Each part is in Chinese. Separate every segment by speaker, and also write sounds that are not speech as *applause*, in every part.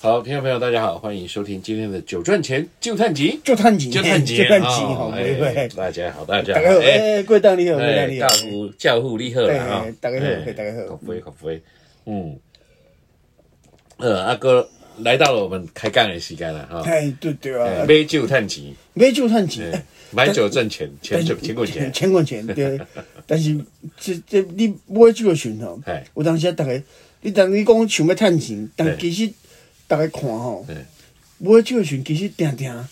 Speaker 1: 好，听众朋友，大家好，欢迎收听今天的《九赚钱就探集》，
Speaker 2: 就探钱，
Speaker 1: 就探集，
Speaker 2: 就探钱，
Speaker 1: 哦
Speaker 2: 吼，
Speaker 1: 哎
Speaker 2: 玫瑰，
Speaker 1: 大家好，大家
Speaker 2: 大
Speaker 1: 好，
Speaker 2: 家好，
Speaker 1: 哎，
Speaker 2: 哎，过当你好，过当
Speaker 1: 哎
Speaker 2: 你
Speaker 1: 教
Speaker 2: 好，
Speaker 1: 父教父你好啦，哈
Speaker 2: 哎，大家好
Speaker 1: 哎
Speaker 2: 大家好
Speaker 1: 口碑口碑，嗯，呃，阿哥来到了我们开杠的时间了哈，
Speaker 2: 哎，对对啊，
Speaker 1: 买酒探集，
Speaker 2: 买酒探
Speaker 1: 哎
Speaker 2: *laughs* 钱，
Speaker 1: 买酒挣
Speaker 2: *laughs*
Speaker 1: 钱，钱
Speaker 2: 但
Speaker 1: 挣钱滚钱，
Speaker 2: 钱滚钱，
Speaker 1: *laughs*
Speaker 2: 对。但是这这你买酒的时阵吼
Speaker 1: 哎，
Speaker 2: 有当时啊，大家，你当你讲想要趁钱，
Speaker 1: 哎
Speaker 2: 但其实大家看吼
Speaker 1: 哎，嗯
Speaker 2: 买酒的时阵其实定定，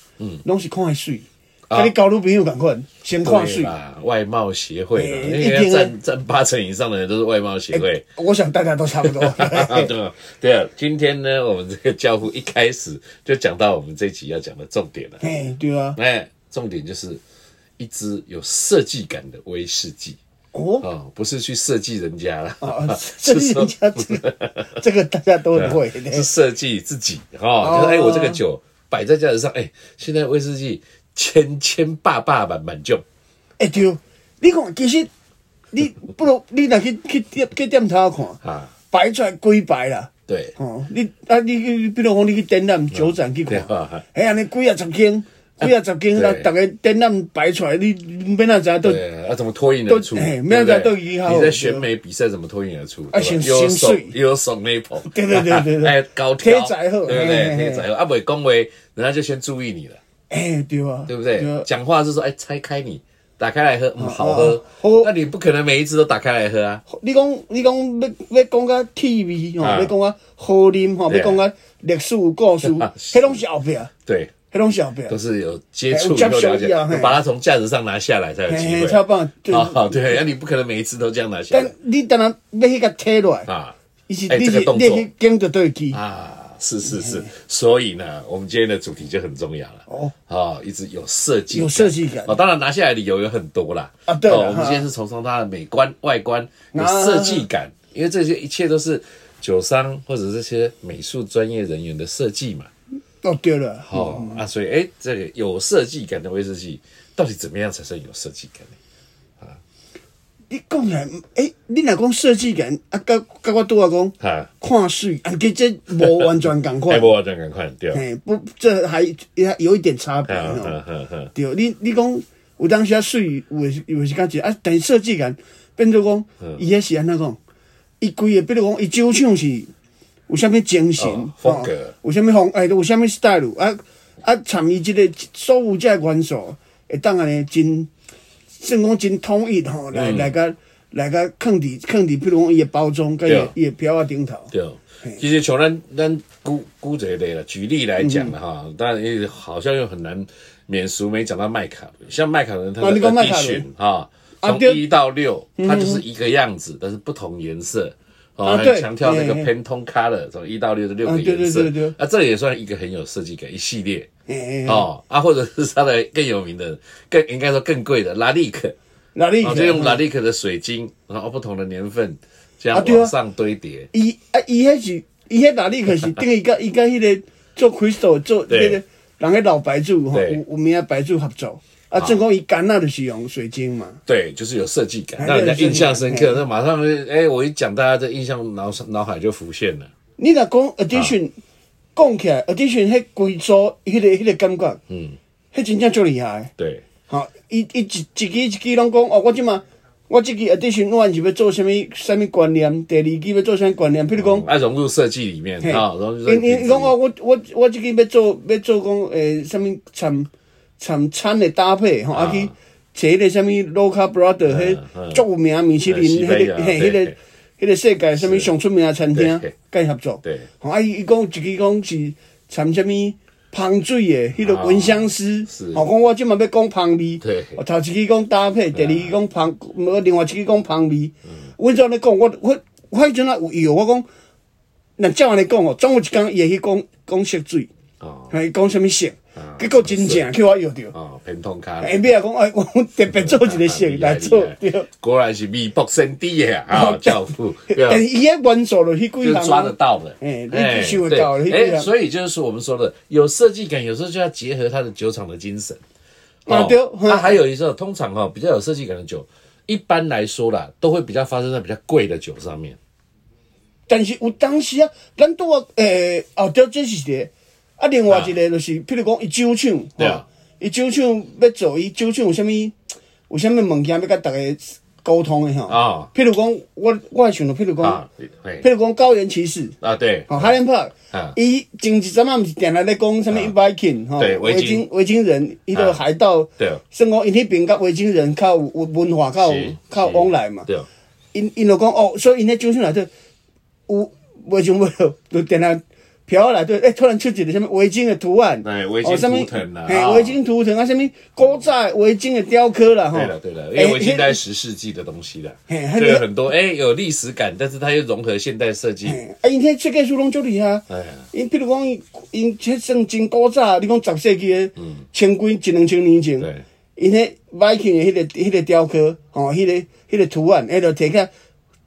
Speaker 2: 拢是看伊水，
Speaker 1: 啊
Speaker 2: 甲你交女朋友共款，先看
Speaker 1: 对
Speaker 2: 水。
Speaker 1: 啦，外贸协会啦，
Speaker 2: 哎
Speaker 1: 那
Speaker 2: 一
Speaker 1: 个
Speaker 2: 定啊
Speaker 1: 占占八成以上的人都是外贸协会。
Speaker 2: 我想大家
Speaker 1: *laughs*
Speaker 2: 都差不多。
Speaker 1: 啊，对吧？对啊，今天呢，我们这个教父一开始就讲到我们这一集要讲的重点了。
Speaker 2: 哎，对啊，
Speaker 1: 哎，重点就是一支有设计感的威士忌
Speaker 2: 哦。
Speaker 1: 哦，不是去设计人家啦， *laughs*
Speaker 2: 啊，这
Speaker 1: 是
Speaker 2: 是
Speaker 1: 说
Speaker 2: 人家这个这个大家都很会的。
Speaker 1: 是设计自己哈、哦，就是哎，我这个酒摆在架子上，哎，现在威士忌千千霸霸满满就
Speaker 2: 哎、对，你看其实你不如你若去去店去店头看，
Speaker 1: 啊，
Speaker 2: 摆出来几排啦。
Speaker 1: 对，
Speaker 2: 哦，你啊，你去，比如讲你去展览酒展去看
Speaker 1: 对啊，
Speaker 2: 哎，安尼几啊十间，几啊十间，那
Speaker 1: 对
Speaker 2: 逐个展览摆出来，你你要哪知道都
Speaker 1: 对，啊，怎么脱颖而出？
Speaker 2: 都哎
Speaker 1: 对不
Speaker 2: 没有在
Speaker 1: 对
Speaker 2: 斗鱼好
Speaker 1: 你在选美比赛怎么脱颖而出？对吧
Speaker 2: 啊先
Speaker 1: 有
Speaker 2: 先
Speaker 1: 手
Speaker 2: 水
Speaker 1: 有手 maple，
Speaker 2: 对对对对
Speaker 1: *laughs*
Speaker 2: 对
Speaker 1: 哎，高挑
Speaker 2: 体材好
Speaker 1: 对不
Speaker 2: 嘿嘿
Speaker 1: 对？
Speaker 2: 嘿
Speaker 1: 天才好啊，伟恭维，人家就先注意你了，
Speaker 2: 哎，对啊，
Speaker 1: 对不
Speaker 2: 啊
Speaker 1: 对？讲话是说，哎，拆开你，打开来喝，嗯，好
Speaker 2: 啊
Speaker 1: 喝
Speaker 2: 好。
Speaker 1: 那你不可能每一支都打开来喝啊，
Speaker 2: 你讲你讲要要讲较趣味吼，
Speaker 1: 啊
Speaker 2: 要讲较好啉吼，
Speaker 1: 对
Speaker 2: 要
Speaker 1: 啊
Speaker 2: 讲较历史故事，
Speaker 1: *laughs* 是
Speaker 2: 迄拢是后壁，迄
Speaker 1: 对，
Speaker 2: 拢是后壁。
Speaker 1: 都是有接触
Speaker 2: 哎有接
Speaker 1: 以后了解
Speaker 2: 触一样嘿，
Speaker 1: 把它从架子上拿下来才有机
Speaker 2: 嘿
Speaker 1: 会
Speaker 2: 嘿，。差不多。对
Speaker 1: *laughs* 哦，对，那你不可能每一次都这样拿下
Speaker 2: 但
Speaker 1: 来
Speaker 2: 你当然要迄个摕落来，
Speaker 1: 啊。
Speaker 2: 伊是
Speaker 1: 哎
Speaker 2: 你
Speaker 1: 这个
Speaker 2: 是
Speaker 1: 动
Speaker 2: 你
Speaker 1: 作
Speaker 2: 去跟着对去。
Speaker 1: 啊，是是是，所以呢，我们今天的主题就很重要了。
Speaker 2: 哦，
Speaker 1: 啊，一直有设计感，
Speaker 2: 有设计感
Speaker 1: 哦，当然拿下来理由有很多啦。
Speaker 2: 啊对了
Speaker 1: 哦我们
Speaker 2: 哈
Speaker 1: 今天是崇尚它的美观、外观有
Speaker 2: 啊
Speaker 1: 设计感，因为这些一切都是酒商或者这些美术专业人员的设计嘛。
Speaker 2: 哦，对了，
Speaker 1: 哦啊，所以哎，这个有设计感的威士忌到底怎么样才算有设计感呢？
Speaker 2: 你讲起来，诶，你若讲设计感，啊，甲甲我拄啊讲
Speaker 1: 哈，
Speaker 2: 看水，啊，其实无完全共
Speaker 1: *laughs* 哎，
Speaker 2: 款，
Speaker 1: 我这样赶快对吧。
Speaker 2: 嘿，不，这还也有一点差别
Speaker 1: 嗯
Speaker 2: 吼
Speaker 1: 嗯。嗯嗯，
Speaker 2: 对，你你讲有当时啊水有的是有的是较济，啊，但是设计感变做
Speaker 1: 嗯
Speaker 2: 讲，伊迄是安怎讲？伊规个，比如讲，伊酒厂是有啥物精神、
Speaker 1: 哦风格
Speaker 2: 哦有啥物风，哎，有啥物 style，啊啊，参与即个所有遮元素，会当安尼真，算讲真统一吼、
Speaker 1: 嗯
Speaker 2: 来、来甲来甲放伫放伫，比如讲伊的包装，甲伊
Speaker 1: 对
Speaker 2: 的伊的标啊顶头，
Speaker 1: 对哦，其实从咱咱估估这一类了，举例来讲了
Speaker 2: 嗯
Speaker 1: 哈，当然也好像又很难免俗，没讲到麦卡伦，像麦卡伦它
Speaker 2: 啊
Speaker 1: 的
Speaker 2: 你讲麦
Speaker 1: e
Speaker 2: 卡伦
Speaker 1: 群啊，
Speaker 2: 啊
Speaker 1: 从
Speaker 2: 对嗯
Speaker 1: 一到六，它就是一个样子，但是不同颜色。哦，
Speaker 2: 啊
Speaker 1: 很
Speaker 2: 对
Speaker 1: 强调那个
Speaker 2: 嘿嘿
Speaker 1: Pantone color，从一到六的六
Speaker 2: 啊
Speaker 1: 个
Speaker 2: 对对
Speaker 1: 颜色
Speaker 2: 对对，
Speaker 1: 那这也算一个很有设计感一系列
Speaker 2: 诶、欸，
Speaker 1: 哦啊，或者是它的更有名的、更应该说更贵的拉力克，
Speaker 2: 哪里
Speaker 1: 哦，
Speaker 2: 去？
Speaker 1: 就用拉力克的水晶，然后不同的年份这
Speaker 2: 嗯啊
Speaker 1: 样
Speaker 2: 对啊
Speaker 1: 往上堆叠，
Speaker 2: 伊啊，伊迄是伊迄哪里可
Speaker 1: *laughs*
Speaker 2: 是等于甲伊甲迄个做 Crystal 做
Speaker 1: 对
Speaker 2: 迄个人迄老白主吼，
Speaker 1: 对
Speaker 2: 有有名的白主合作。啊，正讲伊干那就是用水晶嘛，
Speaker 1: 对，就是有设计感，
Speaker 2: 哎
Speaker 1: 让人家
Speaker 2: 对有
Speaker 1: 印象深
Speaker 2: 设计
Speaker 1: 刻。
Speaker 2: 感
Speaker 1: 那马上就，哎，我一讲，大家的印象脑脑海就浮现了。
Speaker 2: 你若讲 addition，讲起来 addition 迄规组迄个迄个感觉，嗯，迄真正足厉害的。
Speaker 1: 对，
Speaker 2: 吼，伊伊一一支一支拢讲哦，我即马我即支 addition 我是要做啥物啥物观念，第二支要做啥物观念，比如讲。
Speaker 1: 爱啊融入设计里面
Speaker 2: 嘿
Speaker 1: 啊，融入设
Speaker 2: 因
Speaker 1: 计
Speaker 2: 因讲
Speaker 1: 里
Speaker 2: 我我我我即个要做要做讲诶，什物参参餐的搭配吼，啊去找迄个什物 Local Brother
Speaker 1: 嗯
Speaker 2: 迄足有名的米其林
Speaker 1: 西班
Speaker 2: 迄
Speaker 1: 牙
Speaker 2: 个嘿
Speaker 1: 对
Speaker 2: 迄个
Speaker 1: 对
Speaker 2: 迄个世界什物上出名的餐厅
Speaker 1: 对
Speaker 2: 甲伊合作
Speaker 1: 对，
Speaker 2: 吼啊伊伊讲一支讲是参什物芳水的迄个
Speaker 1: 啊
Speaker 2: 蚊香师
Speaker 1: 是，
Speaker 2: 吼讲我即嘛要讲芳味
Speaker 1: 对，
Speaker 2: 我哦头一支讲搭配，第二支讲芳，另外一支讲芳味，
Speaker 1: 嗯
Speaker 2: 阮怎咧讲我我我迄阵啊有药，我讲。那照安尼讲哦，总有一天伊会去讲讲色水，
Speaker 1: 哦
Speaker 2: 还讲什物色
Speaker 1: 啊，
Speaker 2: 结果真正去我摇着。
Speaker 1: 哦，平通卡，
Speaker 2: 下尾啊讲，哎，我特别做一个色
Speaker 1: *laughs* 厉害
Speaker 2: 来做
Speaker 1: 厉害
Speaker 2: 对。
Speaker 1: 啊果然是微博圣地的啊，教
Speaker 2: *laughs*
Speaker 1: 父，对吧
Speaker 2: 但是伊迄元素就迄
Speaker 1: 就
Speaker 2: 几
Speaker 1: 是抓得
Speaker 2: 项，
Speaker 1: 到的，
Speaker 2: 哎啊你
Speaker 1: 哎
Speaker 2: 去嗅得
Speaker 1: 对
Speaker 2: 到你
Speaker 1: 哎，
Speaker 2: 对啊
Speaker 1: 所以就是说我们说的有设计感，有时候就要结合他的酒厂的精神。
Speaker 2: 啊对嗯
Speaker 1: 那还有一种，通常哈哦比较有设计感的酒，一般来说啦，都会比较发生在比较贵的酒上面。
Speaker 2: 但是有当时啊，咱拄啊，诶、后头这是一个，啊，另外一个就是，譬如讲伊酒厂，
Speaker 1: 对啊
Speaker 2: 吼，伊酒厂要做伊酒厂有啥物，有啥物物件要甲逐个沟通的吼，
Speaker 1: 啊
Speaker 2: 譬如讲，我我会想到，譬如讲，
Speaker 1: 啊，
Speaker 2: 譬
Speaker 1: 嘿，
Speaker 2: 如讲高原骑士，
Speaker 1: 啊对，
Speaker 2: 吼，哈林帕
Speaker 1: 啊，
Speaker 2: 伊前一阵啊，毋是定来咧讲啥物 Viking 吼，
Speaker 1: 对维
Speaker 2: 维
Speaker 1: 京
Speaker 2: 京维京人，伊就
Speaker 1: 啊
Speaker 2: 海盗，
Speaker 1: 对
Speaker 2: 算讲因迄边甲维京人较有有文化较有
Speaker 1: 是
Speaker 2: 较有
Speaker 1: 是
Speaker 2: 往来嘛，哦
Speaker 1: 对，
Speaker 2: 因因就讲哦，所以因咧酒厂内底有袂想袂落，就定来飘内底，哎、突然出一个什物围巾的图案，
Speaker 1: 哎围巾
Speaker 2: 哦什么
Speaker 1: 图腾啦
Speaker 2: 嘿，
Speaker 1: 啊
Speaker 2: 围巾图腾啊，什物古早的围巾的雕刻啦，吼，
Speaker 1: 对了对了，因为维京在
Speaker 2: 哎
Speaker 1: 十世纪的东西了，
Speaker 2: 嘿
Speaker 1: 这个很多哎有历史感，但是它又融合现代设计，
Speaker 2: 嘿啊，因迄设计师拢足厉害啊
Speaker 1: 哎呀，
Speaker 2: 因比如讲，因因迄算真古早，你讲十世纪的，千几一两千年前
Speaker 1: 嗯对，
Speaker 2: 因迄 Viking 的迄、个迄、个雕刻，吼、迄、个迄、个图案，迄就摕起来，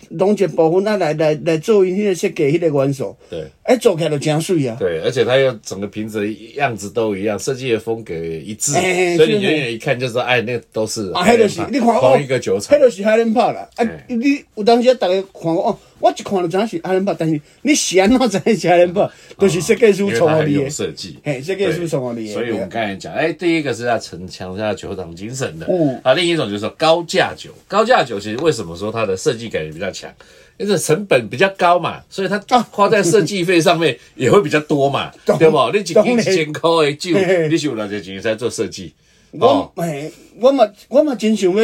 Speaker 2: 拢一部分啊来来来做因迄个设计迄个元素，
Speaker 1: 对
Speaker 2: 哎，做起来就真水啊，
Speaker 1: 对，而且它又整个瓶子的样子都一样，设计的风格也一致，
Speaker 2: 哎
Speaker 1: 所以
Speaker 2: 是
Speaker 1: 你远远一看就知道，哎，那都是哎
Speaker 2: 啊，迄就是你看哦，
Speaker 1: 同一个酒厂
Speaker 2: 迄，就是海伦拍啦。啊
Speaker 1: 嘿，
Speaker 2: 你有当时啊，逐个看哦，我一看就知影是海伦拍，但是你是安怎知影是海伦拍？就是设计
Speaker 1: 哦
Speaker 2: 师
Speaker 1: 因为
Speaker 2: 创
Speaker 1: 它
Speaker 2: 互
Speaker 1: 很
Speaker 2: 你
Speaker 1: 有
Speaker 2: 的。
Speaker 1: 设计，
Speaker 2: 嘿设计师
Speaker 1: 对
Speaker 2: 送我的耶
Speaker 1: 所以我们刚才讲，哎，第一个是要城强调酒厂精神的，
Speaker 2: 嗯
Speaker 1: 啊，另一种就是说高价酒，高价酒其实为什么说它的设计感也比较强？因为成本比较高嘛，所以它
Speaker 2: 啊
Speaker 1: 花在设计费上面也会比较多嘛，
Speaker 2: *laughs* 懂
Speaker 1: 对不？你一
Speaker 2: 懂
Speaker 1: 斤一千块的酒
Speaker 2: 嘿，嘿
Speaker 1: 你是有哪些钱在做设计？哦
Speaker 2: 我嘿，我嘛我嘛真想要，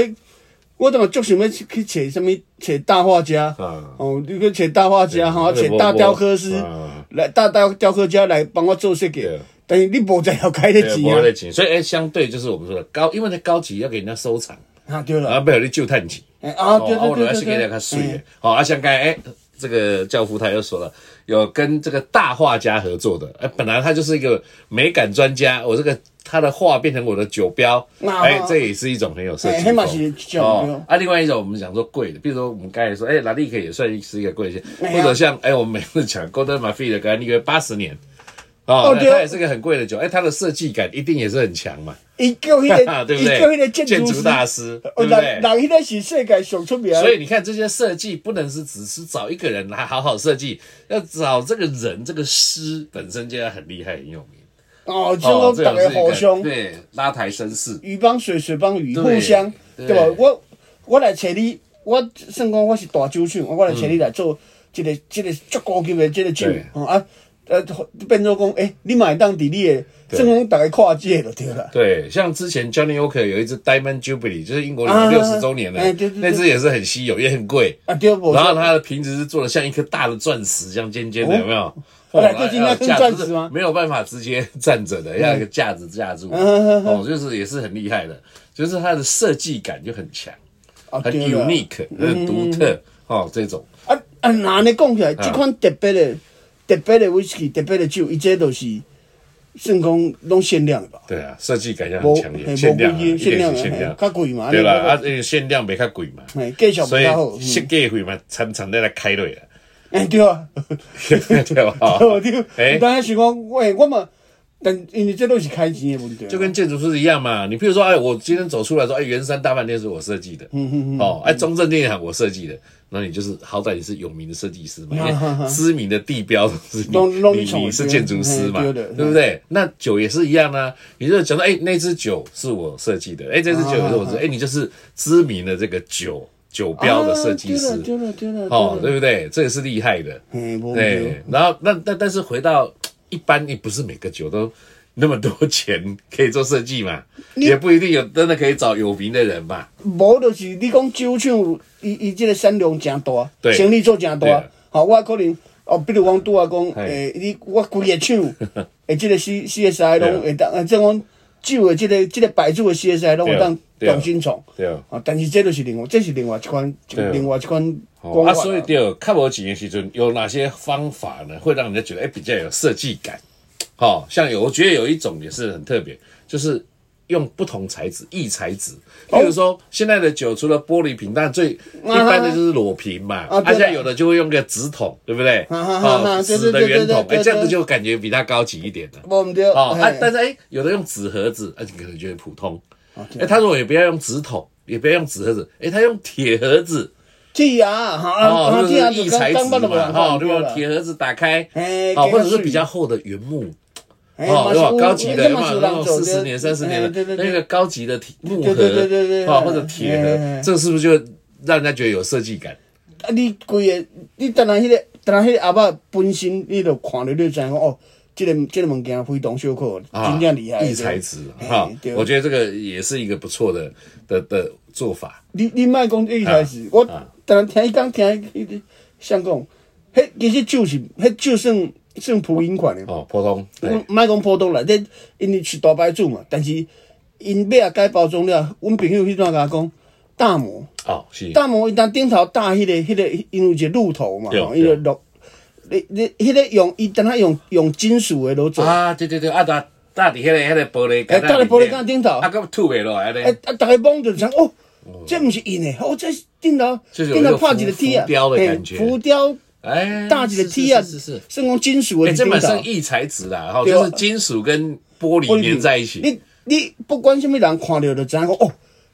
Speaker 2: 我都嘛足想要去去找什物找大画家，
Speaker 1: 啊
Speaker 2: 哦，你去找大画家吼，
Speaker 1: 对
Speaker 2: 找
Speaker 1: 我
Speaker 2: 大
Speaker 1: 我
Speaker 2: 雕刻师
Speaker 1: 啊
Speaker 2: 来大雕雕刻家来帮我做设计
Speaker 1: 对，
Speaker 2: 但是你无在要开的
Speaker 1: 对，
Speaker 2: 钱
Speaker 1: 不会
Speaker 2: 啊
Speaker 1: 的钱，所以哎，相对就是我们说的高，因为它高级要给人家收藏，
Speaker 2: 啊，对
Speaker 1: 然
Speaker 2: 了，
Speaker 1: 后不然你就探钱。
Speaker 2: 哎啊，
Speaker 1: 哦，
Speaker 2: 对
Speaker 1: 啊我
Speaker 2: 对
Speaker 1: 还
Speaker 2: 对
Speaker 1: 是给
Speaker 2: 对
Speaker 1: 大
Speaker 2: 嗯对
Speaker 1: 家
Speaker 2: 对
Speaker 1: 睡
Speaker 2: 嘿
Speaker 1: 的。好，啊，像刚才哎，这个教父他又说了，有跟这个大画家合作的，哎、本来他就是一个美感专家，我这个他的画变成我的酒标，
Speaker 2: 啊
Speaker 1: 哎、这也是一种很有设计风
Speaker 2: 哎那嘛是一种对
Speaker 1: 哦，啊，另外一种我们讲说贵的，比如说我们刚才说，哎，拉力克也算是一个贵的，
Speaker 2: 哎呀
Speaker 1: 或者像哎，我们每次讲 Golden m a f i 的，刚才那个八十年。哦
Speaker 2: 哦，
Speaker 1: 那
Speaker 2: 对啊
Speaker 1: 它也是个很贵的酒，哎，它的设计感一定也是很强嘛，
Speaker 2: 伊叫迄个，
Speaker 1: *laughs* 对不
Speaker 2: 伊叫迄
Speaker 1: 对
Speaker 2: 个？建
Speaker 1: 建
Speaker 2: 筑
Speaker 1: 筑
Speaker 2: 师，
Speaker 1: 大师，对
Speaker 2: 哦，
Speaker 1: 不
Speaker 2: 人
Speaker 1: 对
Speaker 2: 人？迄个是世界上出名的，
Speaker 1: 所以你看，这些设计不能是只是找一个人来好好设计，要找这个人这个师本身就要很厉害、很有名。
Speaker 2: 哦，这个
Speaker 1: 这
Speaker 2: 大
Speaker 1: 种
Speaker 2: 家
Speaker 1: 是一
Speaker 2: 互
Speaker 1: 个
Speaker 2: 相
Speaker 1: 对拉抬绅士，
Speaker 2: 鱼帮水，水帮鱼，
Speaker 1: 对
Speaker 2: 互相
Speaker 1: 对
Speaker 2: 对吧？我我来找你，我算讲我是大酒厂，我来找你来做一个一个足高级的这个酒
Speaker 1: 嗯对，
Speaker 2: 哦啊呃，变做讲，诶，你买当伫你的，算讲大家跨界就对啦。
Speaker 1: 对，像之前 Johnny Walker 有一只 Diamond Jubilee，就是英国
Speaker 2: 啊
Speaker 1: 六十周年的
Speaker 2: 哎对，对对
Speaker 1: 那只也是很稀有，也很贵。
Speaker 2: 啊，对不？
Speaker 1: 然后它的瓶子是做的像一颗大的钻石，这样尖尖的，
Speaker 2: 哦
Speaker 1: 有没有？哦
Speaker 2: 后来最近那
Speaker 1: 要
Speaker 2: 根
Speaker 1: 架
Speaker 2: 钻
Speaker 1: 就是
Speaker 2: 石吗
Speaker 1: 没有办法直接 *laughs* 站着的，要有一个架子架住。
Speaker 2: 嗯
Speaker 1: 哦，就是也是很厉害的，就是它的设计感就很强。
Speaker 2: 啊
Speaker 1: 很
Speaker 2: 对啦
Speaker 1: unique、很独特哦，这种
Speaker 2: 啊啊，那尼讲起来，即款特别的、特别的 whisky、特别的酒，伊这都是算讲拢限量的吧？
Speaker 1: 对啊，设计感也很
Speaker 2: 无
Speaker 1: 强烈，
Speaker 2: 嘿
Speaker 1: 限量啊，
Speaker 2: 无
Speaker 1: 一
Speaker 2: 规矩限
Speaker 1: 定
Speaker 2: 量啊
Speaker 1: 是限量
Speaker 2: 嘿，较贵嘛
Speaker 1: 对啦，
Speaker 2: 安尼
Speaker 1: 啊，因为限量没较贵嘛，
Speaker 2: 嘿，介绍不
Speaker 1: 所以
Speaker 2: 较好。嗯
Speaker 1: 设计费嘛，常常在来开累
Speaker 2: *laughs*
Speaker 1: 了，
Speaker 2: 哎，对啊，
Speaker 1: *laughs* 对
Speaker 2: *laughs*
Speaker 1: 吧？
Speaker 2: 对对，
Speaker 1: 哎
Speaker 2: 有当然想讲，喂，我嘛，但因为这都是开钱的问题啊，
Speaker 1: 就跟建筑师一样嘛，你譬如说，哎，我今天走出来说，哎，圆山大饭店是我设计的，
Speaker 2: 嗯
Speaker 1: 哦，哎，中正电影行我设计的，那你就是好歹你是有名的设计师
Speaker 2: 啊
Speaker 1: 嘛，因为知名的地标都是
Speaker 2: 拢拢
Speaker 1: 你，你
Speaker 2: 从
Speaker 1: 你是建筑师嘛，
Speaker 2: 嗯对的
Speaker 1: 对不对？那酒也是一样啊，你就讲说，哎，那支酒是我设计的，哎，这支酒也是我设计的，哎，你就是知名的这个酒酒标的设计
Speaker 2: 啊啊
Speaker 1: 师，
Speaker 2: 对了对了对了，
Speaker 1: 哦，
Speaker 2: 对
Speaker 1: 对
Speaker 2: 了，
Speaker 1: 不对？这也是厉害的。
Speaker 2: 嘿无错
Speaker 1: 对，然后那但但是回到一般，也不是每个酒都那么多钱可以做设计嘛，也不一定有真的可以找有名的人嘛。
Speaker 2: 无就是你讲酒厂，伊伊这个产量真大，
Speaker 1: 对
Speaker 2: 生意做真
Speaker 1: 对
Speaker 2: 大
Speaker 1: 啊，
Speaker 2: 好，我可能哦，比如讲拄啊讲，
Speaker 1: 嘿
Speaker 2: 诶，你我规个
Speaker 1: *laughs*
Speaker 2: 厂，诶，这个 C C S I
Speaker 1: 对啊
Speaker 2: 拢会当，啊，即讲酒的这个这个牌子的 C S I 拢
Speaker 1: 对
Speaker 2: 会
Speaker 1: 啊
Speaker 2: 当
Speaker 1: 对啊
Speaker 2: 重新创。
Speaker 1: 对啊，
Speaker 2: 啊，但是这就是另外，这是另外一款，
Speaker 1: 啊
Speaker 2: 另外一款
Speaker 1: 哦、
Speaker 2: 讲
Speaker 1: 啊，
Speaker 2: 法。
Speaker 1: 所以对，看我几年时阵有哪些方法呢，会让人家觉得哎比较有设计感？好、像有我觉得有一种也是很特别，就是用不同材质异材质，
Speaker 2: 哦
Speaker 1: 比如说、现在的酒除了玻璃瓶，但最一般的就是裸瓶嘛，
Speaker 2: 啊对的
Speaker 1: 现在有的就会用个纸筒，对不对？
Speaker 2: 啊哈哈哈
Speaker 1: 哦
Speaker 2: 对
Speaker 1: 纸的
Speaker 2: 对对
Speaker 1: 圆
Speaker 2: 对
Speaker 1: 筒，
Speaker 2: 对
Speaker 1: 哎，
Speaker 2: 对
Speaker 1: 这样子
Speaker 2: 对
Speaker 1: 就感觉比它高级一点了。
Speaker 2: 无毋对
Speaker 1: 哦，啊
Speaker 2: 嘿，
Speaker 1: 但是哎、有的用纸盒子，而、啊、且可能觉得普通。哎、他说也不要用纸筒，也不要用纸盒子，哎、他用铁盒子，
Speaker 2: 剔牙哈，
Speaker 1: 哦，
Speaker 2: 啊，
Speaker 1: 就
Speaker 2: 剔
Speaker 1: 是
Speaker 2: 牙
Speaker 1: 异
Speaker 2: 就
Speaker 1: 材
Speaker 2: 刚
Speaker 1: 质
Speaker 2: 刚捌就
Speaker 1: 嘛，哈，
Speaker 2: 无
Speaker 1: 对
Speaker 2: 人
Speaker 1: 吧？铁盒子打开，
Speaker 2: 哎
Speaker 1: 哦，
Speaker 2: 给它
Speaker 1: 或者是
Speaker 2: 水
Speaker 1: 比较厚的原木，
Speaker 2: 哎
Speaker 1: 哦，对吧？高级的，
Speaker 2: 嘛
Speaker 1: 嘛
Speaker 2: 是有
Speaker 1: 那种
Speaker 2: 人做
Speaker 1: 四
Speaker 2: 的
Speaker 1: 十年、三十年
Speaker 2: 哎对
Speaker 1: 的
Speaker 2: 对
Speaker 1: 那个
Speaker 2: 对，
Speaker 1: 高级的铁木盒，
Speaker 2: 对对对对对
Speaker 1: 哦，或者铁
Speaker 2: 哎哎
Speaker 1: 盒
Speaker 2: 哎，
Speaker 1: 这是不是就让人家觉得有设计感？
Speaker 2: 啊，你规个，你当然迄个，当然迄个阿爸本身，你就看着你就知影哦，即个即个物件非同小可，
Speaker 1: 啊，
Speaker 2: 真正厉害。
Speaker 1: 异材质哈
Speaker 2: 嘿哎对，
Speaker 1: 我觉得这个也是一个不错的的的做法。
Speaker 2: 你你莫讲一开始，
Speaker 1: 啊
Speaker 2: 我当然听伊讲，听伊想讲，迄其实酒是，迄酒算算普饮款的，
Speaker 1: 哦，普通，对，
Speaker 2: 莫讲普通啦，这因为是大牌子嘛，但是因尾啊改包装了，阮朋友迄段甲我讲，大摩
Speaker 1: 哦，是，
Speaker 2: 大摩伊当顶头搭迄个迄个，因为一个鹿头嘛，
Speaker 1: 对
Speaker 2: 伊就鹿，你你迄个用伊当他用用金属的落做，啊
Speaker 1: 啊，对对对，啊，搭搭伫迄个迄个玻璃
Speaker 2: 搭伫哎玻璃
Speaker 1: 缸
Speaker 2: 缸顶头
Speaker 1: 啊，佮吐袂落来咧。
Speaker 2: 啊，逐个望着就想哦。这毋是因的，哦，这是顶头
Speaker 1: 就是有
Speaker 2: 顶头
Speaker 1: 那个
Speaker 2: 拍一个
Speaker 1: 浮
Speaker 2: 铁啊，
Speaker 1: 浮雕的
Speaker 2: 嘿
Speaker 1: 感觉
Speaker 2: 浮雕
Speaker 1: 哎，
Speaker 2: 大几个
Speaker 1: 是
Speaker 2: T 啊，
Speaker 1: 是是是是。
Speaker 2: 算讲金属
Speaker 1: 哎、
Speaker 2: 的
Speaker 1: 这
Speaker 2: 顶
Speaker 1: 本
Speaker 2: 头
Speaker 1: 身。异材质啦，哈，
Speaker 2: 对啊
Speaker 1: 就是金属跟玻璃粘在一起。
Speaker 2: 你你不管什么人看到就知影讲哦，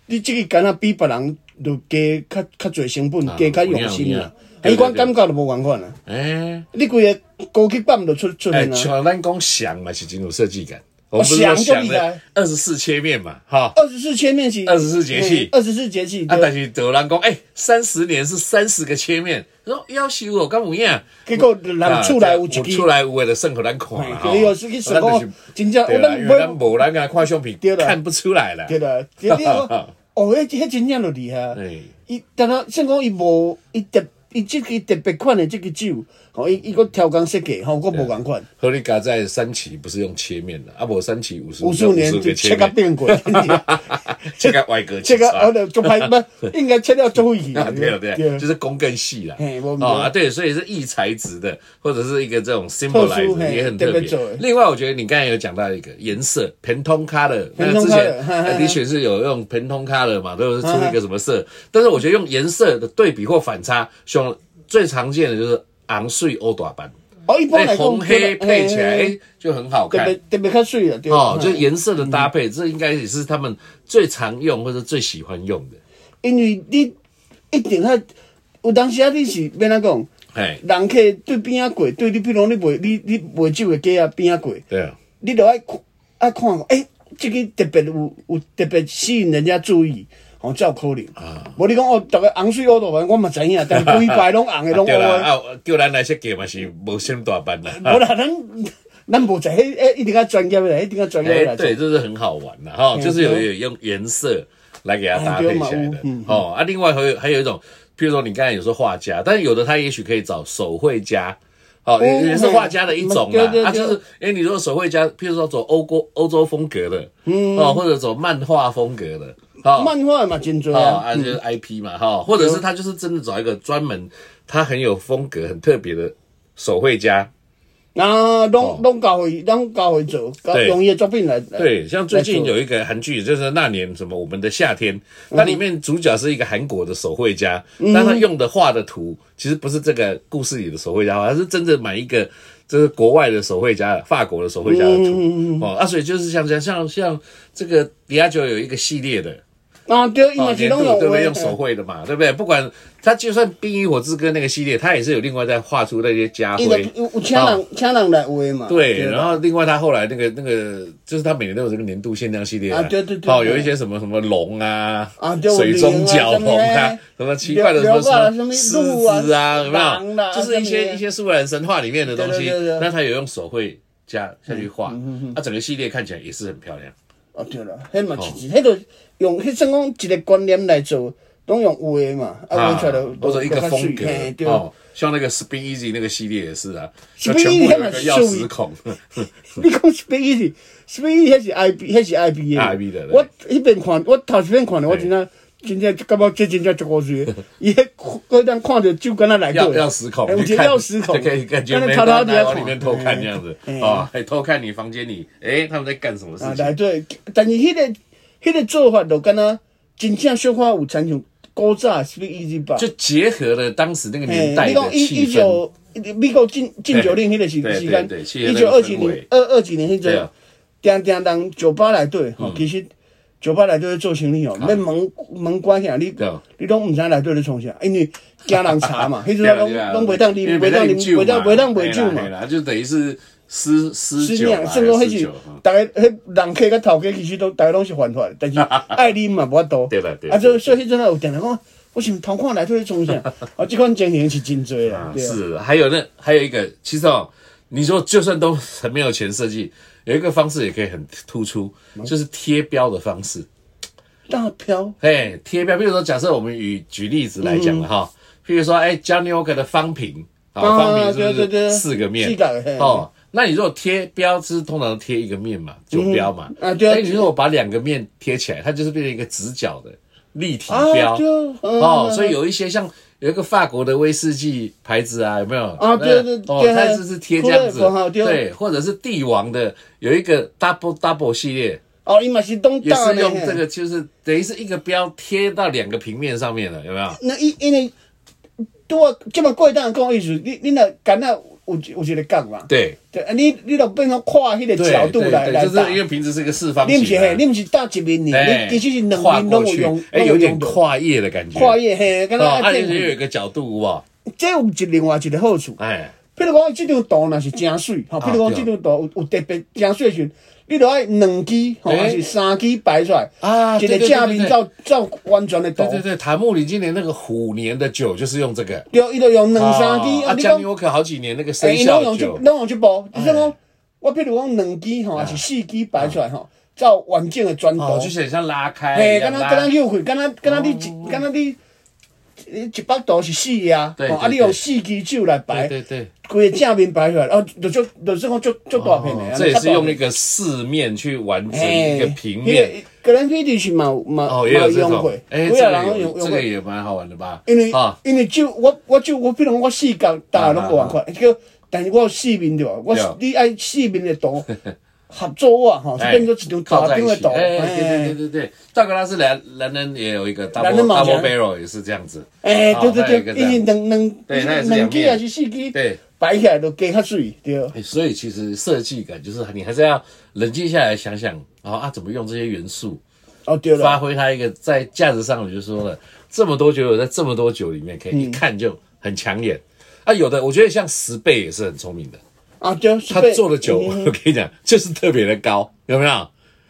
Speaker 2: 你这个囡仔比别人就加较较侪成本，加较用心啦。
Speaker 1: 啊
Speaker 2: 啊
Speaker 1: 有影有影
Speaker 2: 迄款
Speaker 1: 对对对
Speaker 2: 感觉就无共款啦。啊
Speaker 1: 哎
Speaker 2: 你规个高级版就出出
Speaker 1: 哎，
Speaker 2: 现啊啦。
Speaker 1: 像咱讲想嘛，是真有设计感。我们不是
Speaker 2: 想
Speaker 1: 说
Speaker 2: 就
Speaker 1: 想
Speaker 2: 厉
Speaker 1: 的
Speaker 2: 害
Speaker 1: 二十四切面嘛，哈。
Speaker 2: 二十四切面是
Speaker 1: 24节气
Speaker 2: 二十四节气。
Speaker 1: 啊，
Speaker 2: 对
Speaker 1: 但是德兰讲，哎，三十年是三十个切面，然后要求哦我干么样？
Speaker 2: 结果人厝内有一
Speaker 1: 啊
Speaker 2: 支
Speaker 1: 出，来有的剩互咱看啦，
Speaker 2: 哎有是去想
Speaker 1: 咱就
Speaker 2: 讲
Speaker 1: 是，
Speaker 2: 真正
Speaker 1: 对
Speaker 2: 我
Speaker 1: 啦，
Speaker 2: 咱
Speaker 1: 因为咱
Speaker 2: 买
Speaker 1: 无咱啊看相片
Speaker 2: 对啦
Speaker 1: 看不出来啦。
Speaker 2: 对啦，对
Speaker 1: *laughs*
Speaker 2: 你讲哦，迄迄真正就厉害
Speaker 1: 哎。
Speaker 2: 伊但啊，先讲伊无伊特伊即个特别款的即个酒，吼伊伊个调工设计吼，我无共款。
Speaker 1: 合力嘎在三期不是用切面的，啊，无三期五十
Speaker 2: 五十五年
Speaker 1: 个
Speaker 2: 就
Speaker 1: 切
Speaker 2: 切个
Speaker 1: 面，
Speaker 2: 变过，
Speaker 1: *laughs* 切啊个歪格，
Speaker 2: 切个我就做歹，不应该切了做回去。
Speaker 1: *laughs* 啊，对了对了，就是工更细啦
Speaker 2: 嘿我。明白
Speaker 1: 哦啊，对，所以是异材质的，或者是一个这种 symbolize
Speaker 2: 嘿
Speaker 1: 也很特别
Speaker 2: 特别做的。
Speaker 1: 另外，我觉得你刚才有讲到一个颜色 Pantone color，那
Speaker 2: Pantone
Speaker 1: 之
Speaker 2: color，
Speaker 1: 前
Speaker 2: 哈哈
Speaker 1: 呃
Speaker 2: 哈
Speaker 1: 的确是有用 Pantone color 嘛，都是出一个什么色，但是我觉得用颜色的对比或反差，像最常见的就是昂睡欧短斑，
Speaker 2: 哦，一般
Speaker 1: 哎，
Speaker 2: 来讲
Speaker 1: 红黑配起来
Speaker 2: 嘿
Speaker 1: 哎就很好
Speaker 2: 特
Speaker 1: 看
Speaker 2: 别。特别较水了，对。嗯
Speaker 1: 哦，就
Speaker 2: 嘿
Speaker 1: 颜色的搭配，这应该也是他们最常用或者最喜欢用的。
Speaker 2: 因为你一定较有当时啊，你是要哪讲？
Speaker 1: 哎，
Speaker 2: 人客对边啊过，对你，比如讲你卖你你卖酒的家啊边啊过，
Speaker 1: 对啊，
Speaker 2: 你著爱看爱看讲，诶、即个特别有有特别吸引人家注意，吼、才有可能。
Speaker 1: 啊
Speaker 2: 无你讲哦，逐个红水乌大牌，我嘛知影，但是规排拢
Speaker 1: *laughs*
Speaker 2: 红的拢乌
Speaker 1: 对啦，
Speaker 2: 的。
Speaker 1: 啊，叫咱来设计嘛是无什么大班
Speaker 2: *laughs*
Speaker 1: 啦。哎
Speaker 2: 无啦，咱咱无在迄迄一定较专业的，一定较专业
Speaker 1: 哎、
Speaker 2: 的来做。
Speaker 1: 对，这是很好玩的
Speaker 2: 嗯
Speaker 1: 哈，就是有有用颜色来给它搭配起来的
Speaker 2: 哎对嘛嗯
Speaker 1: 哦。啊，另外还有还有一种，譬如说你刚才有说画家，但是有的他也许可以找手绘家。哦，也也是画家的一种啦
Speaker 2: 嗯对对，
Speaker 1: 啊，
Speaker 2: 对
Speaker 1: 就是，哎，你如果手绘家，譬如说走欧国欧洲风格的，嗯，哦，或者走漫画风格的，哦，
Speaker 2: 漫画嘛真多
Speaker 1: 哦，
Speaker 2: 啊，
Speaker 1: 啊，就是 IP 嘛，哈，或者是他就是真的找一个专门他很有风格、很特别的手绘家，
Speaker 2: 啊，拢拢教会拢教会做，教
Speaker 1: 哦对
Speaker 2: 用伊的作品来。
Speaker 1: 对，像最近
Speaker 2: 哎没错嗯
Speaker 1: 有一个韩剧，就是那年什么我们的夏天，那里面主角是一个韩国的手绘家，但他用的画的图其实不是这个故事里的手绘家画，他是真的买一个就是国外的手绘家，法国的手绘家的
Speaker 2: 嗯
Speaker 1: 图哦，啊，所以就是像像像像这个迪亚九有一个系列的。
Speaker 2: 啊，对，伊
Speaker 1: 哦，
Speaker 2: 嘛是
Speaker 1: 年
Speaker 2: 拢
Speaker 1: 度
Speaker 2: 用
Speaker 1: 对不对？
Speaker 2: 画
Speaker 1: 用手绘的嘛，对不对？不管他就算《冰与火之歌》那个系列，他也是有另外再画出那些家
Speaker 2: 伊就
Speaker 1: 徽。
Speaker 2: 有有请人请人来画嘛。
Speaker 1: 哦对，
Speaker 2: 吧
Speaker 1: 然后另外他后来那个那个，就是他每年都有这个年度限量系列
Speaker 2: 啊对对对
Speaker 1: 哦，
Speaker 2: 对
Speaker 1: 有一些什么什么龙啊，
Speaker 2: 啊对
Speaker 1: 水中蛟龙
Speaker 2: 有
Speaker 1: 啊
Speaker 2: 啊，
Speaker 1: 什么奇怪的什
Speaker 2: 流
Speaker 1: 么
Speaker 2: 流挂了
Speaker 1: 什么狮
Speaker 2: 什么鹿啊
Speaker 1: 子啊，有没
Speaker 2: 狼
Speaker 1: 有？
Speaker 2: 啊
Speaker 1: 就是一
Speaker 2: 什么
Speaker 1: 些
Speaker 2: 的
Speaker 1: 一些苏格兰神话里面的东西
Speaker 2: 对对对嗯对，
Speaker 1: 那他有用手绘加下去画，那整个系列看起来也是很漂亮。
Speaker 2: 哦，对啦，迄嘛是，迄个用迄算讲一个观念来做，拢用有诶嘛，啊，画出来就
Speaker 1: 或者一个风
Speaker 2: 就较水
Speaker 1: 格
Speaker 2: 嘿对。
Speaker 1: 哦，像那个 Spin Easy 那个系列也是啊，
Speaker 2: Spin
Speaker 1: 它全部有一个
Speaker 2: Easy
Speaker 1: 钥匙孔，
Speaker 2: *laughs* 你讲 s p e 是 s p e 迄是 IB，迄是 IB 的。
Speaker 1: IB 的对
Speaker 2: 我迄边看，我头一遍看咧，我真正真正感觉这真正足古
Speaker 1: *laughs*
Speaker 2: 锥的。伊迄个当看着就敢若来
Speaker 1: 钥
Speaker 2: 过。
Speaker 1: 钥匙孔，
Speaker 2: 哎我
Speaker 1: 你
Speaker 2: 觉得
Speaker 1: 看
Speaker 2: 钥匙孔
Speaker 1: 就可以感觉
Speaker 2: 刚才
Speaker 1: 没
Speaker 2: 偷偷
Speaker 1: 到
Speaker 2: 地在
Speaker 1: 往里
Speaker 2: 看
Speaker 1: 面偷看这样子
Speaker 2: 哎
Speaker 1: 啊，还偷看你房间里，哎，他们在干什么事
Speaker 2: 啊，来
Speaker 1: 情？
Speaker 2: 对，但是迄个迄个做法就敢若真正小可有亲像古早 s p e 吧。
Speaker 1: 就结合了当时那个
Speaker 2: 嘿
Speaker 1: 年代
Speaker 2: 哎你
Speaker 1: 的
Speaker 2: 讲一
Speaker 1: 气
Speaker 2: 一
Speaker 1: 氛，
Speaker 2: 九美国禁禁酒令迄个时
Speaker 1: 对对
Speaker 2: 时间
Speaker 1: 对，对
Speaker 2: 一九二几
Speaker 1: 气氛那个氛
Speaker 2: 年
Speaker 1: 围
Speaker 2: 二二几年迄
Speaker 1: 对
Speaker 2: 阵
Speaker 1: 啊，
Speaker 2: 定定人酒吧内底吼，其实酒吧内底咧做生理哦，恁门门关起来，你
Speaker 1: 啊对
Speaker 2: 你拢毋知内底咧创啥，因为惊人
Speaker 1: *laughs*
Speaker 2: 查嘛，迄阵
Speaker 1: 对啦
Speaker 2: 拢
Speaker 1: 对啦啊
Speaker 2: 拢袂当
Speaker 1: 因为
Speaker 2: 啉，
Speaker 1: 不
Speaker 2: 袂当
Speaker 1: 能
Speaker 2: 啉，
Speaker 1: 酒
Speaker 2: 袂当
Speaker 1: 嘛，
Speaker 2: 袂当袂酒
Speaker 1: 嘿啦
Speaker 2: 嘛。
Speaker 1: 嘿啦就等于是私私
Speaker 2: 是
Speaker 1: 酒
Speaker 2: 这样，
Speaker 1: 嘛，
Speaker 2: 算讲
Speaker 1: 还是
Speaker 2: 迄
Speaker 1: 私
Speaker 2: 是
Speaker 1: 酒，嗯
Speaker 2: 大家迄人客甲头家其实都大家拢是犯法的，但是爱啉嘛无法
Speaker 1: *laughs*
Speaker 2: 度。
Speaker 1: 对啦对啦
Speaker 2: 啊，所以所以迄阵啊有定人讲，我想偷看内底咧创啥，
Speaker 1: *laughs*
Speaker 2: 啊，即款情形是真多啦
Speaker 1: 啊，，
Speaker 2: 对啊。
Speaker 1: 是，还有那还有一个，其实哦，你说就算都很没有钱设计，有一个方式也可以很突出，就是贴标的方式。
Speaker 2: 大飘
Speaker 1: 哎，贴标，比如说，假设我们以举例子来
Speaker 2: 嗯
Speaker 1: 讲了哈，譬如说，哎，Johnny Walker 的方瓶，啊，
Speaker 2: 啊
Speaker 1: 方瓶是
Speaker 2: 对
Speaker 1: 不
Speaker 2: 对对
Speaker 1: 是四个面？
Speaker 2: 四个嘿
Speaker 1: 哦，那你如果贴标志，通常贴一个面嘛，酒标嘛。哎
Speaker 2: 啊对啊
Speaker 1: 但你如果把两个面贴起来，它就是变成一个直角的立体标
Speaker 2: 啊，。就
Speaker 1: 哦，所
Speaker 2: 以
Speaker 1: 以有一些像有一个法国的威士忌牌子啊，有没有？
Speaker 2: 啊对对
Speaker 1: 那个哦
Speaker 2: 对，
Speaker 1: 它就是贴这样子
Speaker 2: 酷乐福哈，对
Speaker 1: 对，或者是帝王的有一个 double double 系列，
Speaker 2: 哦，伊嘛是东
Speaker 1: 也
Speaker 2: 大
Speaker 1: 是
Speaker 2: 呢
Speaker 1: 用这个，就是等于是一个标贴到两个平面上面了，有没有？
Speaker 2: 那因因为拄啊，即嘛过当讲意思，你你若敢若有有一个角嘛，
Speaker 1: 对，
Speaker 2: 对，啊你你若变成跨迄个
Speaker 1: 对，
Speaker 2: 角度
Speaker 1: 对
Speaker 2: 来
Speaker 1: 对
Speaker 2: 来
Speaker 1: 就是
Speaker 2: 打，
Speaker 1: 因为
Speaker 2: 你
Speaker 1: 瓶子是一个四方
Speaker 2: 毋
Speaker 1: 形
Speaker 2: 是
Speaker 1: 啊
Speaker 2: 嘿，，你毋是搭一面
Speaker 1: 哎
Speaker 2: 呢，你其实是两
Speaker 1: 跨
Speaker 2: 面
Speaker 1: 过
Speaker 2: 拢有
Speaker 1: 去
Speaker 2: 用，，
Speaker 1: 哎，
Speaker 2: 拢
Speaker 1: 有点
Speaker 2: 用到。
Speaker 1: 跨页的感觉，
Speaker 2: 跨页嘿，敢
Speaker 1: 哦，
Speaker 2: 若
Speaker 1: 啊，
Speaker 2: 爱
Speaker 1: 你又有一
Speaker 2: 变。
Speaker 1: 个角度哇，
Speaker 2: 这有一另外一个好处，
Speaker 1: 哎，
Speaker 2: 譬如讲即张图若是真水，吼，譬如
Speaker 1: 啊
Speaker 2: 讲
Speaker 1: 对
Speaker 2: 即张图有有特别真水的时候，你著爱两支吼，
Speaker 1: 哎
Speaker 2: 还是三支摆出来，
Speaker 1: 啊
Speaker 2: 一
Speaker 1: 对
Speaker 2: 个
Speaker 1: 对对
Speaker 2: 正
Speaker 1: 对
Speaker 2: 面
Speaker 1: 对
Speaker 2: 照照完全的图
Speaker 1: 对，对对，塔木里今年那个虎年的酒就是用这个。
Speaker 2: 对，伊著用两三支，
Speaker 1: 啊，
Speaker 2: 你
Speaker 1: 江
Speaker 2: 讲
Speaker 1: 牛可好几年那个
Speaker 2: 哎，
Speaker 1: 生
Speaker 2: 伊拢
Speaker 1: 肖
Speaker 2: 用这
Speaker 1: 酒，
Speaker 2: 拢用这部，
Speaker 1: 哎
Speaker 2: 你说讲，我譬如讲两支吼，还是四支摆出来吼，照完整的全
Speaker 1: 啊哦，
Speaker 2: 图
Speaker 1: 就，是很像拉开
Speaker 2: 嘿，
Speaker 1: 一样
Speaker 2: 哎敢若敢若
Speaker 1: 拉。
Speaker 2: 有开，敢若敢若
Speaker 1: 哦
Speaker 2: 你一敢若你一一百度是四个啊，
Speaker 1: 对
Speaker 2: 吼，
Speaker 1: 对
Speaker 2: 啊你
Speaker 1: 对
Speaker 2: 用四支酒来摆
Speaker 1: 对，对对，
Speaker 2: 规个正面摆出来，哦，就就就是讲足足大片
Speaker 1: 哦
Speaker 2: 的，
Speaker 1: 这也是用
Speaker 2: 那
Speaker 1: 一个四面去完成
Speaker 2: 哎
Speaker 1: 一个平面。，
Speaker 2: 个人飞机是嘛有嘛
Speaker 1: 哦，
Speaker 2: 嘛
Speaker 1: 也有
Speaker 2: 有
Speaker 1: 这
Speaker 2: 用过
Speaker 1: 种，，哎，这
Speaker 2: 有的
Speaker 1: 个
Speaker 2: 人
Speaker 1: 有
Speaker 2: 用
Speaker 1: 这
Speaker 2: 用
Speaker 1: 个
Speaker 2: 过。
Speaker 1: 也蛮好玩的吧？
Speaker 2: 因为、
Speaker 1: 啊，
Speaker 2: 因为就我我就我比如我视角大家拢无办法，叫、但是我有四面对吧？我
Speaker 1: 啊对啊
Speaker 2: 你爱四面的
Speaker 1: *laughs*
Speaker 2: 图合作啊吼，就变做一张
Speaker 1: 靠
Speaker 2: 大
Speaker 1: 哎在一
Speaker 2: 张的
Speaker 1: 起。
Speaker 2: 图。
Speaker 1: 哎，对对对
Speaker 2: 哎
Speaker 1: 对对，道格拉斯男男人也有一个 double
Speaker 2: 男人嘛
Speaker 1: double
Speaker 2: 讲
Speaker 1: barrel 也是这样子。
Speaker 2: 哎，
Speaker 1: 好
Speaker 2: 对
Speaker 1: 还有
Speaker 2: 对
Speaker 1: 一个
Speaker 2: 对，
Speaker 1: 这样
Speaker 2: 已经两
Speaker 1: 对那也
Speaker 2: 两
Speaker 1: 是两
Speaker 2: 两支
Speaker 1: 面
Speaker 2: 还是四支，
Speaker 1: 对，
Speaker 2: 摆起来都加较水，对。
Speaker 1: 哎所以其实设计感就是你还是要冷静下来想想，啊啊，怎么用这些元素。
Speaker 2: 哦对
Speaker 1: 发
Speaker 2: 了，
Speaker 1: 挥它一个在价值上，我就说了，这么多酒友在这么多酒里面，可
Speaker 2: 嗯
Speaker 1: 以一看就很抢眼。啊，有的我觉得像十倍也是很聪明的，
Speaker 2: 啊对，是
Speaker 1: 他
Speaker 2: 被嗯
Speaker 1: 做的酒，我跟你讲，就是特别的高，有没有？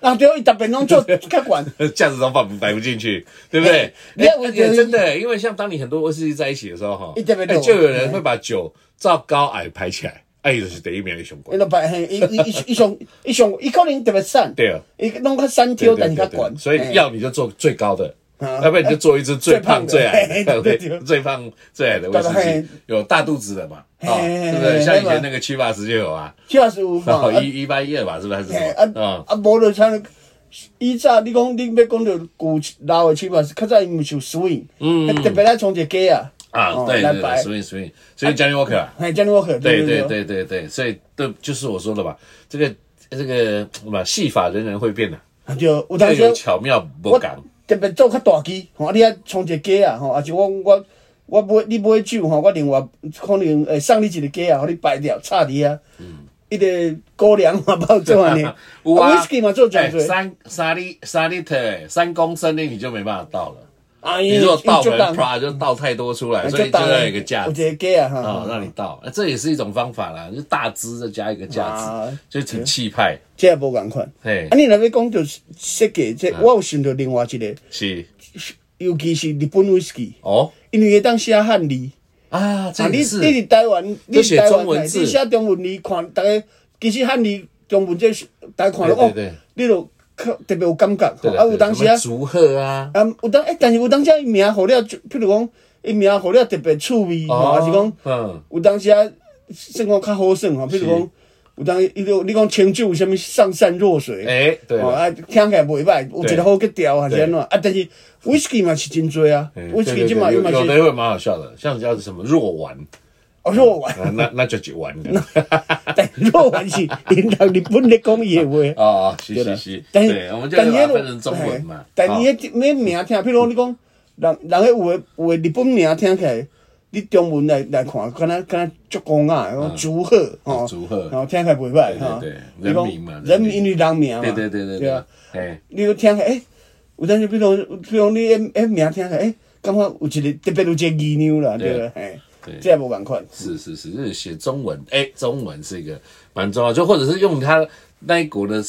Speaker 2: 啊对，伊特别拢做较悬。
Speaker 1: 价值上放不摆不进去，对不对
Speaker 2: 哎？你看我
Speaker 1: 哎
Speaker 2: 觉得
Speaker 1: 哎真的，因为像当你很多威士忌在一起的时候，哈
Speaker 2: 一点没，
Speaker 1: 哎
Speaker 2: 动
Speaker 1: 就有人会把酒照高矮排起来，哎，就是第一名的雄关
Speaker 2: 伊。都摆嘿，伊伊伊伊上伊上，伊可能特别瘦，
Speaker 1: 对啊
Speaker 2: 伊拢较瘦
Speaker 1: 对
Speaker 2: 挑，但是较
Speaker 1: 对对
Speaker 2: 悬。
Speaker 1: 所以
Speaker 2: 嘿
Speaker 1: 要你就做最高的，
Speaker 2: 啊
Speaker 1: 要不然你就做一只最胖最
Speaker 2: 最
Speaker 1: 矮
Speaker 2: 胖
Speaker 1: 的，
Speaker 2: 的嘿 *laughs* 对对对
Speaker 1: 最胖最矮的威士
Speaker 2: 嘿
Speaker 1: 忌，有大肚子的嘛，啊，
Speaker 2: 嘿嘿嘿
Speaker 1: 对不对？
Speaker 2: 嘿
Speaker 1: 像以
Speaker 2: 那
Speaker 1: 前
Speaker 2: 个
Speaker 1: 那个七八十就有啊，
Speaker 2: 确实有
Speaker 1: 然
Speaker 2: 嘛
Speaker 1: 后
Speaker 2: 啊
Speaker 1: 一一八一二吧，是不是还是
Speaker 2: 嘿
Speaker 1: 什么？
Speaker 2: 啊
Speaker 1: 啊，
Speaker 2: 啊，无就像以早你讲你要讲到旧老的起码是较早伊毋是有 swing，嗯，特别爱创一个鸡啊，
Speaker 1: 啊，
Speaker 2: 哦
Speaker 1: 对
Speaker 2: 来
Speaker 1: 对对，
Speaker 2: 摆
Speaker 1: 所以所以所以 Johnny Walker 啊。
Speaker 2: 嘿，这样我可
Speaker 1: 对对，对对对，所以对，就是我说的嘛，这个这个嘛，戏法人人会变的，
Speaker 2: 啊就有
Speaker 1: 各有
Speaker 2: 当时
Speaker 1: 巧妙不
Speaker 2: 我
Speaker 1: 讲。
Speaker 2: 特别做较大支，吼，啊你爱创一个鸡啊，吼，啊就我我我买你买酒吼，我另外可能会送你一个鸡啊，互你摆掉插伫啊，嗯，迄个高粱嘛，包做安尼，
Speaker 1: *laughs* 有啊
Speaker 2: w h i s k y 嘛做
Speaker 1: 哎
Speaker 2: 真多，
Speaker 1: 三三厘三厘特三公升的你就没办法倒了。
Speaker 2: 啊
Speaker 1: 你如果倒
Speaker 2: 就哎
Speaker 1: 门 pra 就倒太多出来，所以就要有一个架
Speaker 2: 有
Speaker 1: 子
Speaker 2: 一个鸡啊，哈。
Speaker 1: 啊，让你倒，那这也是一种方法啦，就大支再加一个架子
Speaker 2: 啊，
Speaker 1: 就挺气派。
Speaker 2: 这也无共款。
Speaker 1: 嘿
Speaker 2: 啊，你若要讲到设计，这
Speaker 1: 啊
Speaker 2: 我有想到另外一个，
Speaker 1: 是
Speaker 2: 尤其是日本威士忌，
Speaker 1: 哦
Speaker 2: 因为会当写汉字。
Speaker 1: 啊，
Speaker 2: 啊，
Speaker 1: 这也
Speaker 2: 你你
Speaker 1: 是
Speaker 2: 伫台湾，你
Speaker 1: 写
Speaker 2: 伫台
Speaker 1: 中文
Speaker 2: 湾来，
Speaker 1: 字
Speaker 2: 你写中文字看，大家其实汉字中文这是大家看了
Speaker 1: 对
Speaker 2: 哦
Speaker 1: 对对，
Speaker 2: 你就较特别有感觉。
Speaker 1: 对
Speaker 2: 吼
Speaker 1: 啦
Speaker 2: 啊，有当时啊
Speaker 1: 什么，竹鹤啊，
Speaker 2: 啊有当诶，但是有当时啊，伊名互了，就譬如讲，伊名互了特别趣味，
Speaker 1: 哦
Speaker 2: 吼，哦还是讲。
Speaker 1: 嗯，
Speaker 2: 有当时啊，算讲较好耍吼，比如
Speaker 1: 是
Speaker 2: 讲，有当伊就你讲清酒有啥物上善若水，
Speaker 1: 哎对
Speaker 2: 哦啊，听起来袂歹，有一个好格调还是安怎啊？但是 whisky 嘛是真多啊
Speaker 1: 哎对
Speaker 2: ，whisky
Speaker 1: 对
Speaker 2: 即嘛
Speaker 1: 对
Speaker 2: 伊
Speaker 1: 有
Speaker 2: 嘛
Speaker 1: 有的
Speaker 2: 是
Speaker 1: 会蛮好笑的，像叫什么弱丸，
Speaker 2: 哦弱丸，
Speaker 1: 啊那那就几丸的
Speaker 2: *laughs* 但弱丸是因人日本咧讲伊的话，
Speaker 1: 哦，是
Speaker 2: 对啦
Speaker 1: 是是，
Speaker 2: 但
Speaker 1: 对，我们就把它
Speaker 2: 迄
Speaker 1: 分成中文嘛
Speaker 2: 嘿。哎但
Speaker 1: 好
Speaker 2: 伊迄咩名听，比如讲你讲人人迄有诶有诶日本名听起来。你中文来来看，敢若敢若足公啊，讲祝贺吼，
Speaker 1: 祝贺
Speaker 2: 然后听起来袂歹
Speaker 1: 对
Speaker 2: 吼。
Speaker 1: 对对
Speaker 2: 你讲
Speaker 1: 人名嘛人
Speaker 2: 人
Speaker 1: 名
Speaker 2: 名因为人名嘛，
Speaker 1: 对对对对
Speaker 2: 对
Speaker 1: 对
Speaker 2: 啊。，
Speaker 1: 哎，
Speaker 2: 你就听起来，诶、有当时比如比如你迄迄名听起来，诶、感觉有一个特别有一个姨娘啦，对
Speaker 1: 对
Speaker 2: 吧？嘿
Speaker 1: 对，
Speaker 2: 这也无共款。
Speaker 1: 是是是，就是写中文，哎、中文是一个蛮重要，就或者是用它那一国的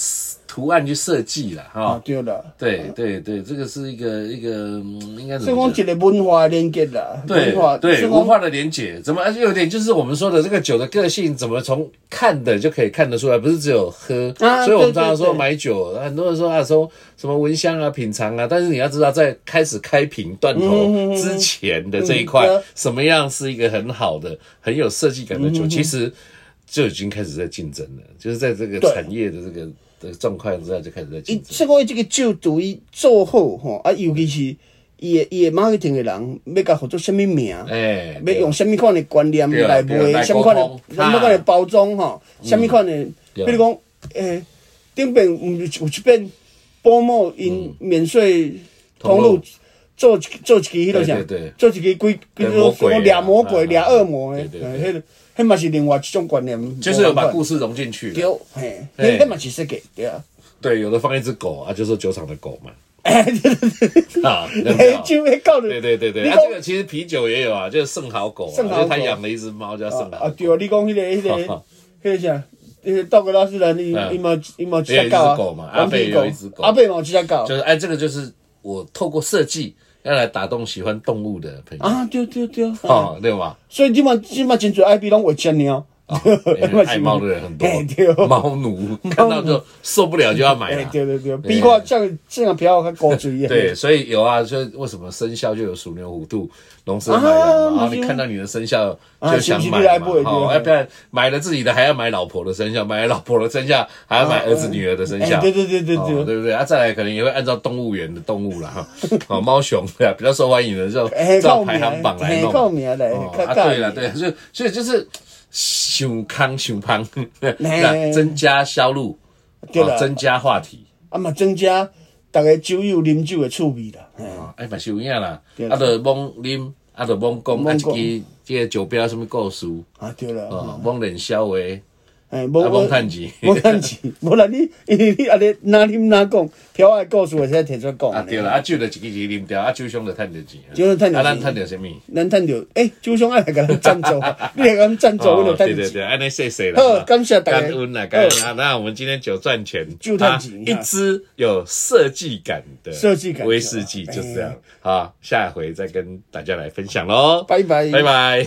Speaker 1: 图案去设计了哈。
Speaker 2: 啊，对啦。
Speaker 1: 对对对，这个是一个一个、嗯应该怎
Speaker 2: 所以
Speaker 1: 么
Speaker 2: 讲
Speaker 1: 讲？
Speaker 2: 一个文化的连接啦，
Speaker 1: 对
Speaker 2: 文化，
Speaker 1: 对
Speaker 2: 所以
Speaker 1: 文
Speaker 2: 讲
Speaker 1: 化的连结，怎么而且有点就是我们说的这个酒的个性，怎么从看的就可以看得出来，不是只有喝。
Speaker 2: 啊
Speaker 1: 所以我们
Speaker 2: 对对
Speaker 1: 常常说
Speaker 2: 对
Speaker 1: 买酒，很多人说啊，说什么闻香啊、品尝啊，但是你要知道，在开始开瓶断头之前的这一块
Speaker 2: 嗯对啊，
Speaker 1: 什么样是一个很好的、很有设计感的
Speaker 2: 嗯
Speaker 1: 酒，其实就已经开始在竞争了，就是在这个
Speaker 2: 对
Speaker 1: 产业的这个的状况之下就开始在竞
Speaker 2: 伊
Speaker 1: 争。
Speaker 2: 所以讲，即个酒对伊做好吼，啊，尤其是伊的伊的 marketing 的人，要甲合作什物名，
Speaker 1: 哎，
Speaker 2: 要用什物款的观念
Speaker 1: 对啊
Speaker 2: 来
Speaker 1: 对啊来
Speaker 2: 卖，什物款的
Speaker 1: 沟通
Speaker 2: 什物款的包装吼，什物款的，
Speaker 1: 对
Speaker 2: 比
Speaker 1: 啊
Speaker 2: 如讲，诶，顶边有有一遍保姆因免税通
Speaker 1: 通
Speaker 2: 路
Speaker 1: 路
Speaker 2: 做一做一支迄落啥
Speaker 1: 对对对，
Speaker 2: 做一支几几
Speaker 1: 对魔鬼啊
Speaker 2: 掠魔鬼、
Speaker 1: 啊
Speaker 2: 掠恶魔的，
Speaker 1: 对对
Speaker 2: 嘿迄迄嘛是另外一种观念，
Speaker 1: 就是有把
Speaker 2: 无
Speaker 1: 故事融进去了。
Speaker 2: 同款对，
Speaker 1: 嘿
Speaker 2: 嘿，迄迄嘛是设计
Speaker 1: *laughs*
Speaker 2: 对啊。
Speaker 1: 对，有的放一只狗啊，就是酒厂的狗嘛。
Speaker 2: 哎，对对对， *laughs*
Speaker 1: 啊，有没
Speaker 2: 哎
Speaker 1: 有
Speaker 2: 就会 *laughs* 告诉
Speaker 1: 对对对对，
Speaker 2: 你
Speaker 1: 啊，
Speaker 2: 讲
Speaker 1: 这个其实啤酒也有啊，就是圣好狗、啊，
Speaker 2: 圣好
Speaker 1: 就
Speaker 2: 狗
Speaker 1: 是他养了一只猫叫圣好
Speaker 2: 啊，
Speaker 1: 狗，
Speaker 2: 对啊，你讲迄个
Speaker 1: *laughs*
Speaker 2: 迄个迄个啥，迄个道格拉斯人，伊
Speaker 1: 嗯
Speaker 2: 伊嘛伊嘛有一
Speaker 1: 也有
Speaker 2: 只
Speaker 1: 一
Speaker 2: 狗啊
Speaker 1: 只狗嘛，
Speaker 2: 黄
Speaker 1: 阿贝
Speaker 2: 皮
Speaker 1: 有一只狗
Speaker 2: 阿贝嘛有一只狗
Speaker 1: 就是哎，这个就是我透过设计要来打动喜欢动物的朋友，
Speaker 2: 啊，对对对，啊
Speaker 1: 哦，对吧？
Speaker 2: 所以即嘛即嘛真侪 I B 拢会吃猫， *laughs*
Speaker 1: 因为啊爱猫的人很多 *laughs*
Speaker 2: 哎对，
Speaker 1: 猫奴看到就受不了就要买
Speaker 2: *laughs* 哎
Speaker 1: 啊。
Speaker 2: 对对对，比我这样这样比较较高追一
Speaker 1: 对，所以有啊，所以为什么生肖就有鼠牛虎兔龙蛇马羊嘛？
Speaker 2: 啊
Speaker 1: 然后你
Speaker 2: 是吗
Speaker 1: 看到你的生肖
Speaker 2: 啊
Speaker 1: 就想
Speaker 2: 是不
Speaker 1: 买
Speaker 2: 是来
Speaker 1: 嘛
Speaker 2: 不，会
Speaker 1: 好，
Speaker 2: 对
Speaker 1: 要不然买了自己的还要买老婆的生肖，买了老婆的生肖还要买儿子女儿的生肖，
Speaker 2: 啊哎对对对对
Speaker 1: 哦
Speaker 2: 对
Speaker 1: 对不对？啊，再来可能也会按照动物园的动物啦，哈，
Speaker 2: *laughs*
Speaker 1: 哦，猫熊对啊，比较受欢迎的就
Speaker 2: 哎
Speaker 1: 照
Speaker 2: 靠
Speaker 1: 排行榜来
Speaker 2: 名
Speaker 1: 弄
Speaker 2: 哎靠名来
Speaker 1: 哦
Speaker 2: 较
Speaker 1: 啊，
Speaker 2: 较
Speaker 1: 对了
Speaker 2: 名
Speaker 1: 对，所以所以就是想康想胖，那
Speaker 2: *laughs* 哎
Speaker 1: 增加销路，
Speaker 2: 对
Speaker 1: 哦
Speaker 2: 啦
Speaker 1: 增加话题。
Speaker 2: 啊嘛增加逐个酒友啉酒的趣味啦，嘿
Speaker 1: 哦，哎，嘛是有影啦，
Speaker 2: 对
Speaker 1: 啊，着罔啉，啊，着罔讲，啊，
Speaker 2: 罔讲
Speaker 1: 一支即个酒标什么故事，
Speaker 2: 啊对啦，
Speaker 1: 哦，罔冷笑话，
Speaker 2: 哎，无
Speaker 1: 啊
Speaker 2: 无
Speaker 1: 无趁钱
Speaker 2: 无
Speaker 1: *laughs*
Speaker 2: 趁钱，无啦你，因为你安尼哪啉哪讲，飘的故事会使提出讲。
Speaker 1: 啊，对啦，，啊，酒着一支支啉掉，啊，酒商着趁着钱，
Speaker 2: 哎酒商赚到
Speaker 1: 啊，咱
Speaker 2: 钱
Speaker 1: 趁着什么？
Speaker 2: 咱趁着，诶，酒商爱来甲咱
Speaker 1: *laughs*
Speaker 2: 赞助，你来甲咱赞助，阮就
Speaker 1: 哦对
Speaker 2: 趁
Speaker 1: 哦对
Speaker 2: 钱。
Speaker 1: 对，安尼谢谢啦。
Speaker 2: 好感谢大家
Speaker 1: 感恩啦，感恩啦。那我们今天酒赚钱，
Speaker 2: 酒赚钱
Speaker 1: 啊一支有设计感的
Speaker 2: 设计感
Speaker 1: 威士忌就是这样
Speaker 2: 哎。
Speaker 1: 好，下回再跟大家来分享喽。
Speaker 2: 拜拜
Speaker 1: 拜拜。